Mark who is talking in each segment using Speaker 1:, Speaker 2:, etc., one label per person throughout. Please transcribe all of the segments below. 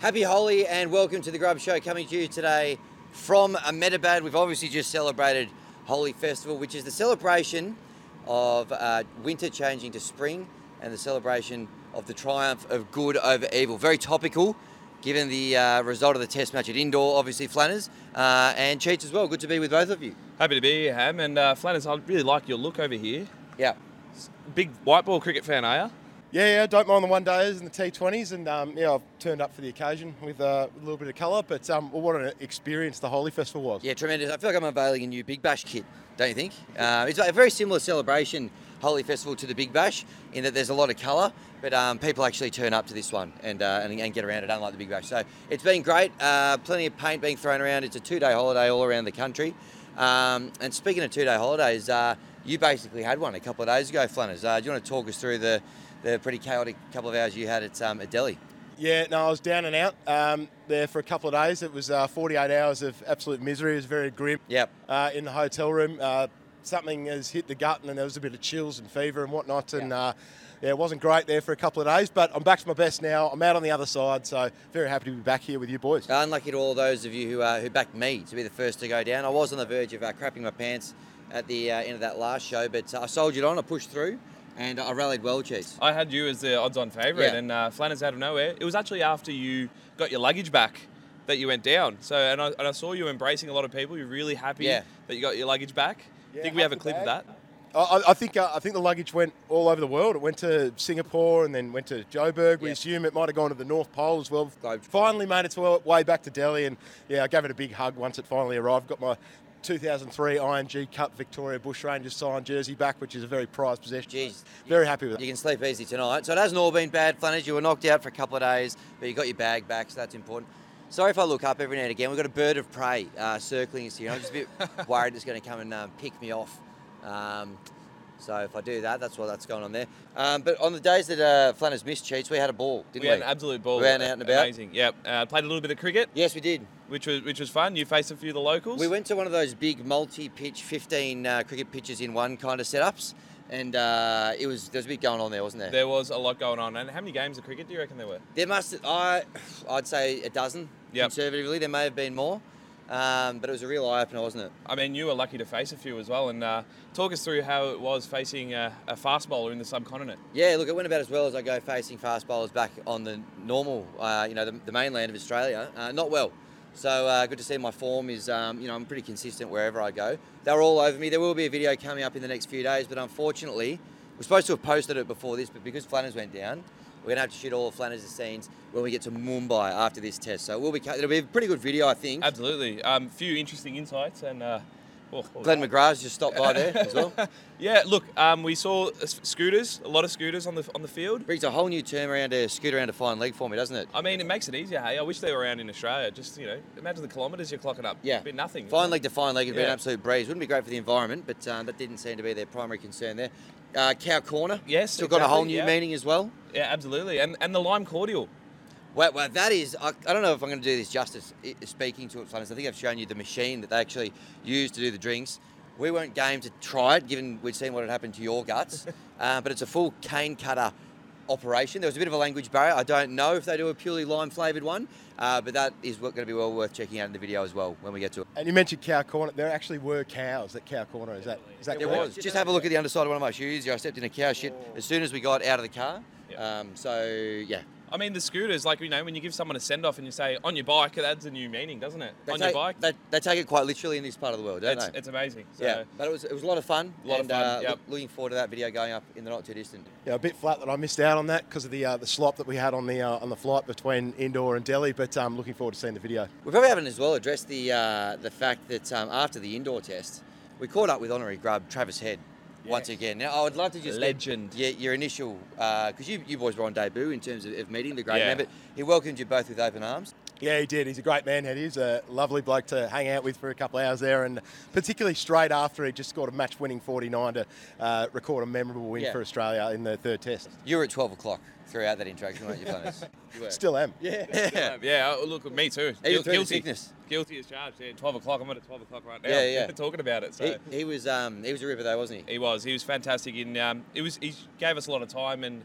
Speaker 1: Happy Holly and welcome to the Grub Show coming to you today from Ahmedabad. We've obviously just celebrated Holy Festival, which is the celebration of uh, winter changing to spring and the celebration of the triumph of good over evil. Very topical given the uh, result of the test match at indoor, obviously, Flanners uh, and Cheats as well. Good to be with both of you.
Speaker 2: Happy to be here, Ham. And uh, Flanners, I really like your look over here.
Speaker 1: Yeah.
Speaker 2: Big white ball cricket fan, are you?
Speaker 3: Yeah, yeah, don't mind the one days and the T20s, and um, yeah, I've turned up for the occasion with uh, a little bit of colour. But um, well, what an experience the Holy Festival was.
Speaker 1: Yeah, tremendous. I feel like I'm unveiling a new Big Bash kit, don't you think? Uh, it's a very similar celebration, Holy Festival, to the Big Bash, in that there's a lot of colour, but um, people actually turn up to this one and, uh, and, and get around it, unlike the Big Bash. So it's been great. Uh, plenty of paint being thrown around. It's a two day holiday all around the country. Um, and speaking of two day holidays, uh, you basically had one a couple of days ago, Flanners. Uh, do you want to talk us through the, the pretty chaotic couple of hours you had at, um, at Delhi?
Speaker 3: Yeah, no, I was down and out um, there for a couple of days. It was uh, 48 hours of absolute misery. It was very grim.
Speaker 1: Yep.
Speaker 3: Uh, in the hotel room, uh, something has hit the gut, and then there was a bit of chills and fever and whatnot. And uh, yeah, it wasn't great there for a couple of days, but I'm back to my best now. I'm out on the other side, so very happy to be back here with you boys.
Speaker 1: Unlucky to all those of you who, uh, who backed me to be the first to go down. I was on the verge of uh, crapping my pants at the uh, end of that last show, but uh, I soldiered on, I pushed through, and I rallied well, Cheese.
Speaker 2: I had you as the odds on favourite,
Speaker 1: Yeah.
Speaker 2: and uh, Flanners out of nowhere. It was actually after you got your luggage back that you went down. So, and I, and I saw you embracing a lot of people. You're really happy
Speaker 1: Yeah.
Speaker 2: that you got your luggage back.
Speaker 3: Yeah,
Speaker 2: think we have a
Speaker 3: half the
Speaker 2: clip of
Speaker 3: bag.
Speaker 2: that.
Speaker 3: I- I, I think uh, I think the luggage went all over the world. It went to Singapore and then went to Joburg. We
Speaker 1: Yeah.
Speaker 3: assume it might have gone to the North Pole as well.
Speaker 1: Globe.
Speaker 3: Finally made its wa- way back to Delhi, and yeah, I gave it a big hug once it finally arrived. Got my 2003 ING Cup Victoria Bushrangers signed jersey back, which is a very prized possession.
Speaker 1: Jeez.
Speaker 3: Very happy with
Speaker 1: You
Speaker 3: that.
Speaker 1: can sleep easy tonight. So it hasn't all been bad, Flanners. You were knocked out for a couple of days, but you got your bag back, so that's important. Sorry if I look up every now and again. We've got a bird of prey uh, circling us here. I'm just a bit worried it's going to come and um, pick me off. Um, so if I do that, that's what that's going on there. Um, but on the days that uh, Flanners missed cheats, we had a ball, didn't we?
Speaker 2: We had an absolute ball.
Speaker 1: We ran out and about.
Speaker 2: Amazing. Yep. Uh, played a little bit of cricket,
Speaker 1: Yes, we did.
Speaker 2: which was which was fun. You faced a few of the locals.
Speaker 1: We went to one of those big multi-pitch, 15 uh, cricket pitches in one kind of setups, and uh, it was there was a bit going on there, wasn't there? There,
Speaker 2: There was a lot going on. And how many games of cricket do you reckon there were?
Speaker 1: must I I'd say a dozen
Speaker 2: Yep.
Speaker 1: conservatively. There may have been more, um, but it was a real eye opener, wasn't it?
Speaker 2: I mean, you were lucky to face a few as well. And uh, talk us through how it was facing a, a fast bowler in the subcontinent.
Speaker 1: Yeah, look, it went about as well as I go facing fast bowlers back on the normal, uh, you know, the, the mainland of Australia. Uh, not well. So uh, good to see my form is, um, you know, I'm pretty consistent wherever I go. They were all over me. There will be a video coming up in the next few days, but unfortunately, we're supposed to have posted it before this, but because Flanners went down, we're gonna have to shoot all of Flanners' scenes when we get to Mumbai after this test. So it will be, it'll be a pretty good video, I think.
Speaker 2: Absolutely. Um, few interesting insights and. Uh, oh, oh.
Speaker 1: Glenn McGrath's just stopped by there as well.
Speaker 2: Yeah, look, um, we saw s- scooters, a lot of scooters on the on the field.
Speaker 1: Brings a whole new term around a scoot around a fine leg for me, doesn't it?
Speaker 2: I mean, it makes it easier. Hey, I wish they were around in Australia. Just you know, imagine the kilometres you're clocking up.
Speaker 1: Yeah.
Speaker 2: It'd be nothing.
Speaker 1: Fine leg to fine leg would be an
Speaker 2: Yeah.
Speaker 1: absolute breeze. Wouldn't be great for the environment, but um, that didn't seem to be their primary concern there. Uh, cow corner.
Speaker 2: Yes,
Speaker 1: Still got a whole
Speaker 2: exactly,
Speaker 1: new
Speaker 2: yeah.
Speaker 1: meaning as well.
Speaker 2: Yeah, absolutely. And and the lime cordial.
Speaker 1: Well, well that is, I, I don't know if I'm going to do this justice i- speaking to it, Flanners. I think I've shown you the machine that they actually use to do the drinks. We weren't game to try it, given we'd seen what had happened to your guts. uh, but it's a full cane cutter operation. There was a bit of a language barrier. I don't know if they do a purely lime flavoured one, uh, but that is going to be well worth checking out in the video as well when we get to it.
Speaker 3: And you mentioned Cow Corner. There actually were cows at Cow Corner. Is that is that
Speaker 1: There
Speaker 3: correct?
Speaker 1: was. Just have a look at the underside of one of my shoes. Yeah, I stepped in a cow shit as soon as we got out of the car.
Speaker 2: Yeah.
Speaker 1: Um, so yeah,
Speaker 2: I mean, the scooters, like you know, when you give someone a send off and you say on your bike, that adds a new meaning, doesn't it?
Speaker 1: they
Speaker 2: on
Speaker 1: take,
Speaker 2: your bike,
Speaker 1: They, they take it quite literally in this part of the world, don't
Speaker 2: it's,
Speaker 1: they?
Speaker 2: it's amazing. So,
Speaker 1: yeah, but it was it was a lot of fun.
Speaker 2: Lot of
Speaker 1: and,
Speaker 2: fun,
Speaker 1: Uh,
Speaker 2: yep.
Speaker 1: look- looking forward to that video going up in the not too distant.
Speaker 3: Yeah, a bit flat that I missed out on that because of the uh, the slop that we had on the uh, on the flight between Indore and Delhi. But um, looking forward to seeing the video.
Speaker 1: We probably haven't as well addressed the uh, the fact that um, after the indoor test, we caught up with honorary grub Travis Head once again. Now I would love to just get
Speaker 2: Legend.
Speaker 1: your, your initial because you, you boys were on debut in terms of, of meeting the great
Speaker 2: Yeah.
Speaker 1: man, but he welcomed you both with open arms.
Speaker 3: Yeah, he did. He's a great man. Head. He's a lovely bloke to hang out with for a couple of hours there, and particularly straight after he just scored a match-winning 49 to uh, record a memorable win
Speaker 1: Yeah.
Speaker 3: for Australia in the third test.
Speaker 1: You were at twelve o'clock throughout that interaction, weren't you, Flanners? You were.
Speaker 3: Still am. Yeah.
Speaker 1: Yeah.
Speaker 2: yeah, oh, look, me too.
Speaker 1: Even
Speaker 2: Guil-
Speaker 1: through the sickness.
Speaker 2: Guilty as charged. Yeah, 12 o'clock. I'm at 12 o'clock right now.
Speaker 1: Yeah, yeah.
Speaker 2: Talking about it. So.
Speaker 1: He, he was um, he was a ripper though, wasn't he?
Speaker 2: He was. He was fantastic. In um, it was. He gave us a lot of time, and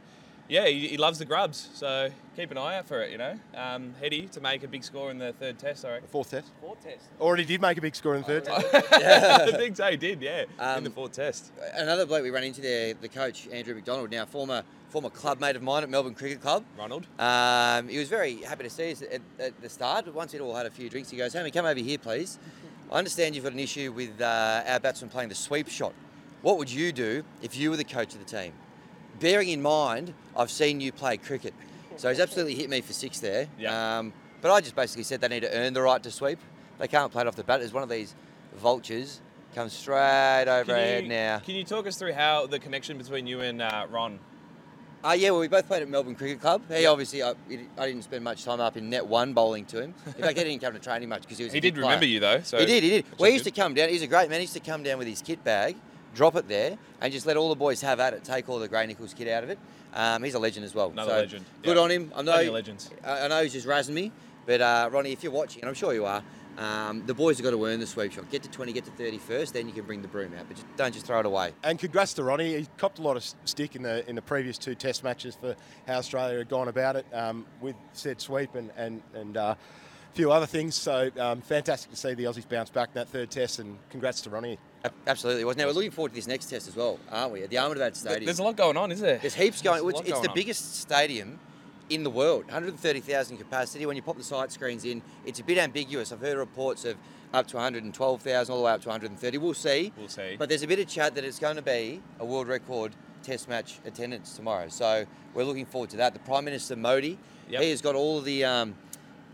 Speaker 2: yeah, he, he loves the grubs, so keep an eye out for it. You know, um, Heady to make a big score in the third test. I
Speaker 3: The
Speaker 2: reckon.
Speaker 3: fourth test.
Speaker 2: Fourth test.
Speaker 3: Already did make a big score in the third test.
Speaker 2: the big day did, yeah, in the
Speaker 1: Um,
Speaker 2: fourth test.
Speaker 1: Another bloke we ran into there, the coach Andrew McDonald, now former former club mate of mine at Melbourne Cricket Club.
Speaker 2: Ronald.
Speaker 1: Um, he was very happy to see us at, at the start. Once he'd all had a few drinks, he goes, "Homie, come over here, please. I understand you've got an issue with uh, our batsman playing the sweep shot. What would you do if you were the coach of the team? Bearing in mind, I've seen you play cricket, so he's absolutely hit me for six there.
Speaker 2: Yeah.
Speaker 1: Um, but I just basically said they need to earn the right to sweep. They can't play it off the bat. It's one of these vultures comes straight over our
Speaker 2: Can
Speaker 1: head
Speaker 2: you,
Speaker 1: now.
Speaker 2: can you talk us through how the connection between you and uh, Ron?
Speaker 1: Uh, yeah, well, we both played at Melbourne Cricket Club. He obviously, I, I didn't spend much time up in net one bowling to him. In fact, he didn't come to training much because he was. a
Speaker 2: He
Speaker 1: big
Speaker 2: did remember
Speaker 1: player.
Speaker 2: you though. So
Speaker 1: he did. He did.
Speaker 2: which
Speaker 1: We
Speaker 2: is
Speaker 1: used to
Speaker 2: good.
Speaker 1: come down. He's a great man. He used to come down with his kit bag, drop it there, and just let all the boys have at it. Take all the Grey Nichols kit out of it. Um, he's a legend as well.
Speaker 2: Another
Speaker 1: So,
Speaker 2: legend.
Speaker 1: Good
Speaker 2: Yeah.
Speaker 1: on him. I know.
Speaker 2: Plenty of legends.
Speaker 1: I, I know he's just razzing me, but uh, Ronnie, if you're watching, and I'm sure you are. Um, the boys have got to earn the sweep shot. Get to 20, get to 30 first, then you can bring the broom out. But just, don't just throw it away.
Speaker 3: And congrats to Ronnie. He copped a lot of s- stick in the in the previous two Test matches for how Australia had gone about it um, with said sweep and and and. Uh, a Few other things, so um, fantastic to see the Aussies bounce back in that third test, and congrats to Ronnie.
Speaker 1: A- Absolutely, it was. Now we're looking forward to this next test as well, aren't we? At the Ahmedabad Stadium.
Speaker 2: There's a lot going on, is there?
Speaker 1: There's heaps going.
Speaker 2: There's
Speaker 1: it's
Speaker 2: a lot
Speaker 1: it's the
Speaker 2: going on.
Speaker 1: biggest stadium in the world, 130,000 capacity. When you pop the sight screens in, it's a bit ambiguous. I've heard reports of up to 112,000, all the way up to 130. We'll see.
Speaker 2: We'll see.
Speaker 1: But there's a bit of chat that it's going to be a world record test match attendance tomorrow. So we're looking forward to that. The Prime Minister Modi,
Speaker 2: Yep.
Speaker 1: he has got all the um,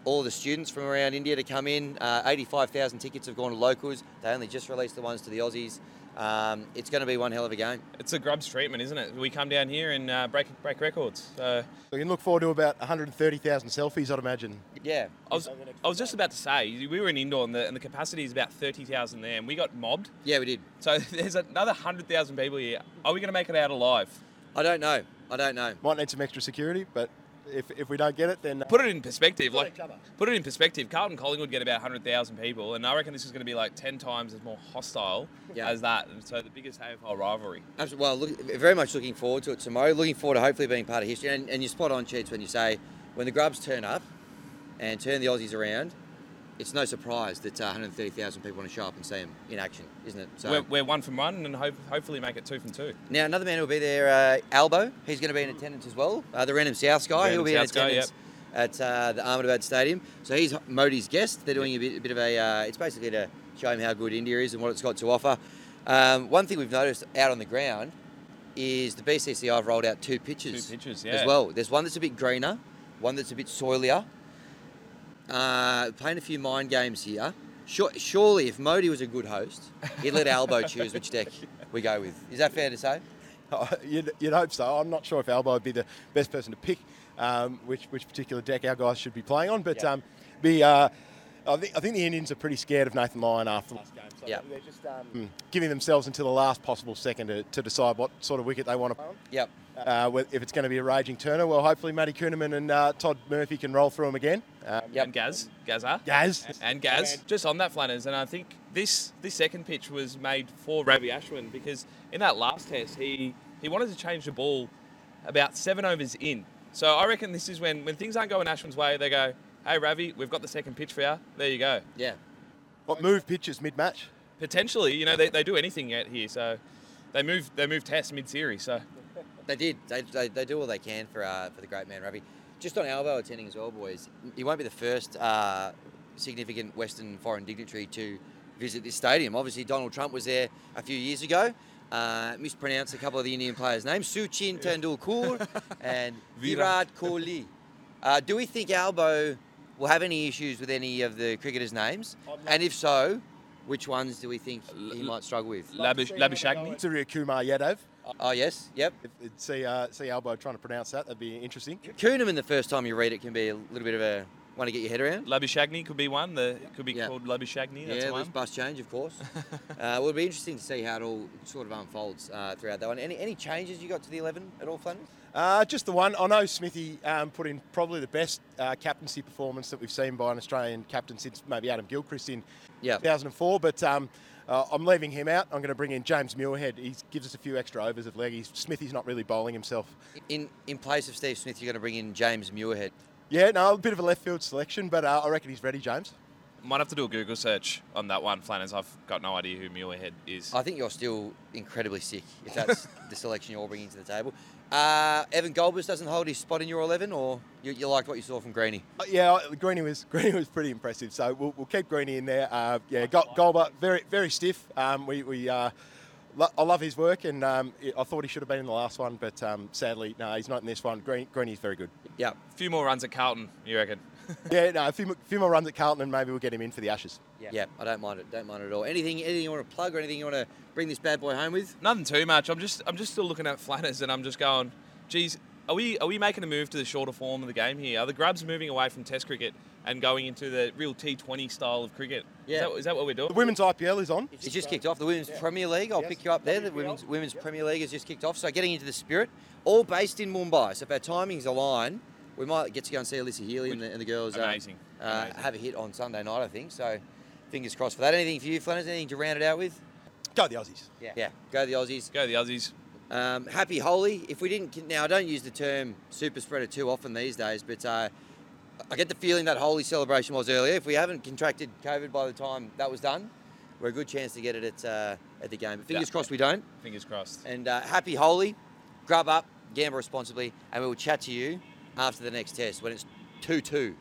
Speaker 1: all the students from around India to come in. Uh, 85,000 tickets have gone to locals. They only just released the ones to the Aussies. Um, it's going to be one hell of a game.
Speaker 2: It's a grubs treatment, isn't it? We come down here and uh, break break records. So
Speaker 3: So you can look forward to about 130,000 selfies, I'd imagine.
Speaker 1: Yeah.
Speaker 2: I was I was just about to say we were in indoor and the, and the capacity is about thirty thousand there, and we got mobbed.
Speaker 1: Yeah, we did.
Speaker 2: So there's another hundred thousand people here. Are we going to make it out alive?
Speaker 1: I don't know. I don't know.
Speaker 3: Might need some extra security, but if, if we don't get it, then uh,
Speaker 2: Put it in perspective,
Speaker 3: What a
Speaker 2: like
Speaker 3: cover.
Speaker 2: put it in perspective. Carlton Collingwood get about hundred thousand people, and I reckon this is going to be like ten times as more hostile
Speaker 1: Yeah.
Speaker 2: as that. And so the biggest AFL rivalry.
Speaker 1: Absolutely. Well, look, very much looking forward to it tomorrow. Looking forward to hopefully being part of history. And, and you're spot on, Cheats, when you say when the Grubs turn up and turn the Aussies around, it's no surprise that uh, 130,000 people want to show up and see them in action, isn't it? So
Speaker 2: We're, we're one from one, and hope, hopefully make it two from two.
Speaker 1: now another man who will be there, uh, Albo. He's going to be in attendance as well. Uh, the Renham South guy.
Speaker 2: Renham
Speaker 1: He'll be in
Speaker 2: South guy,
Speaker 1: attendance. At uh, the Ahmedabad Stadium, so he's Modi's guest. They're doing a bit, a bit of a. Uh, it's basically to show him how good India is and what it's got to offer. Um, one thing we've noticed out on the ground is the BCCI have rolled out two pitches.
Speaker 2: Two pitches,
Speaker 1: As
Speaker 2: yeah.
Speaker 1: well, there's one that's a bit greener, one that's a bit soilier. Uh, playing a few mind games here. Sure, surely, if Modi was a good host, he'd let Albo choose which deck we go with. Is that fair to say?
Speaker 3: uh, you'd, you'd hope so. I'm not sure if Albo would be the best person to pick um, which, which particular deck our guys should be playing on, but
Speaker 2: Yeah.
Speaker 3: um, be, uh, I, think, I think the Indians are pretty scared of Nathan Lyon after the last game. So
Speaker 1: Yeah.
Speaker 3: they're just um, giving themselves until the last possible second to, to decide what sort of wicket they want to play on.
Speaker 1: Yep.
Speaker 3: Uh, whe- if it's going to be a raging turner, well, hopefully Matty Kuhneman and uh, Todd Murphy can roll through them again. Um,
Speaker 1: Yep.
Speaker 2: And Gaz, Gazza.
Speaker 3: Gaz.
Speaker 2: and Gaz, just on that Flanners, and I think this this second pitch was made for Ravi Ashwin because in that last test he he wanted to change the ball about seven overs in. So I reckon this is when when things aren't going Ashwin's way, they go, "Hey Ravi, we've got the second pitch for you. There you go."
Speaker 1: Yeah.
Speaker 3: What move pitches mid match?
Speaker 2: Potentially, you know, they, they do anything out here. So they move they move tests mid series. So
Speaker 1: They did. They, they, they do all they can for uh, for the great man Ravi. Just on Albo attending as well, boys. He won't be the first uh, significant Western foreign dignitary to visit this stadium. Obviously, Donald Trump was there a few years ago. Uh, mispronounced a couple of the Indian players' names: Suchin Tendulkar and Virat
Speaker 2: Virat.
Speaker 1: Kohli. Uh, do we think Albo will have any issues with any of the cricketers' names? And if so, which ones do we think he might struggle with?
Speaker 2: Labish, Labishagni.
Speaker 3: Surya Kumar Yadav.
Speaker 1: Oh yes, yep.
Speaker 3: If- if- See, uh, see Albo trying to pronounce that. That'd be interesting.
Speaker 1: Kuhneman, the first time you read it, can be a little bit of a one to get your head around.
Speaker 2: Labishagni could be one. The could be
Speaker 1: Yeah.
Speaker 2: called Labishagni. That's
Speaker 1: yeah, there's
Speaker 2: one.
Speaker 1: bus change, of course. uh, it'll be interesting to see how it all sort of unfolds uh, throughout that one. Any any changes you got to the eleven at all, Flanders?
Speaker 3: Uh, just the one. I know Smithy um, put in probably the best uh, captaincy performance that we've seen by an Australian captain since maybe Adam Gilchrist in
Speaker 1: Yeah.
Speaker 3: 2004. But um, uh, I'm leaving him out. I'm going to bring in James Muirhead. He gives us a few extra overs of leggies. Smithy's not really bowling himself.
Speaker 1: In in place of Steve Smith, you're going to bring in James Muirhead.
Speaker 3: Yeah, no, a bit of a left field selection, but uh, I reckon he's ready, James.
Speaker 2: Might have to do a Google search on that one, Flanners. I've got no idea who Muirhead is.
Speaker 1: I think you're still incredibly sick if that's the selection you're bringing to the table. Uh, Evan Goldbus doesn't hold his spot in your 11, or you, you liked what you saw from Greeny?
Speaker 3: Uh, Yeah, I- Greeny was Greeny was pretty impressive. So we'll, we'll keep Greeny in there. Uh, yeah, Go- Golber very very stiff. Um, we we uh, lo- I love his work, and um, I- I thought he should have been in the last one, but um, sadly no, he's not in this one. Green, Greeny's very good.
Speaker 1: Yeah.
Speaker 2: A few more runs at Carlton, you reckon?
Speaker 3: yeah, no, a few, mo- few more runs at Carlton, and maybe we'll get him in for the Ashes.
Speaker 1: yeah. I don't mind it. Don't mind it at all. Anything, anything you want to plug or anything you want to bring this bad boy home with?
Speaker 2: Nothing too much. I'm just I'm just still looking at Flanners and I'm just going, geez, are we are we making a move to the shorter form of the game here? Are the grubs moving away from Test cricket and going into the real T20 style of cricket?
Speaker 1: Yeah.
Speaker 2: Is that, is that what we're doing?
Speaker 3: The women's IPL is on.
Speaker 1: It's just kicked off. The Women's Premier League, I'll
Speaker 3: Yes,
Speaker 1: pick you up there. The
Speaker 3: WPL.
Speaker 1: Women's, women's
Speaker 3: Yep.
Speaker 1: Premier League has just kicked off. So getting into the spirit, all based in Mumbai. So if our timings align, we might get to go and see Alyssa Healy and the, and the girls. uh,
Speaker 2: Amazing.
Speaker 1: Uh,
Speaker 2: Amazing.
Speaker 1: Have a hit on Sunday night, I think. So fingers crossed for that. Anything for you, Flanners? Anything to round it out with?
Speaker 3: Go the Aussies.
Speaker 1: Yeah. Yeah. Go the Aussies.
Speaker 2: Go the Aussies.
Speaker 1: Um, happy Holy. If we didn't, now I don't use the term super spreader too often these days, but uh, I get the feeling that Holy celebration was earlier. If we haven't contracted COVID by the time that was done, we're a good chance to get it at, uh, at the game. But fingers
Speaker 2: Yeah.
Speaker 1: crossed we don't.
Speaker 2: Fingers crossed.
Speaker 1: And uh, happy Holy. Grub up, gamble responsibly, and we will chat to you after the next test when it's 2 2.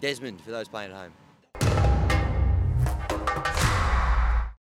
Speaker 1: Desmond for those playing at home.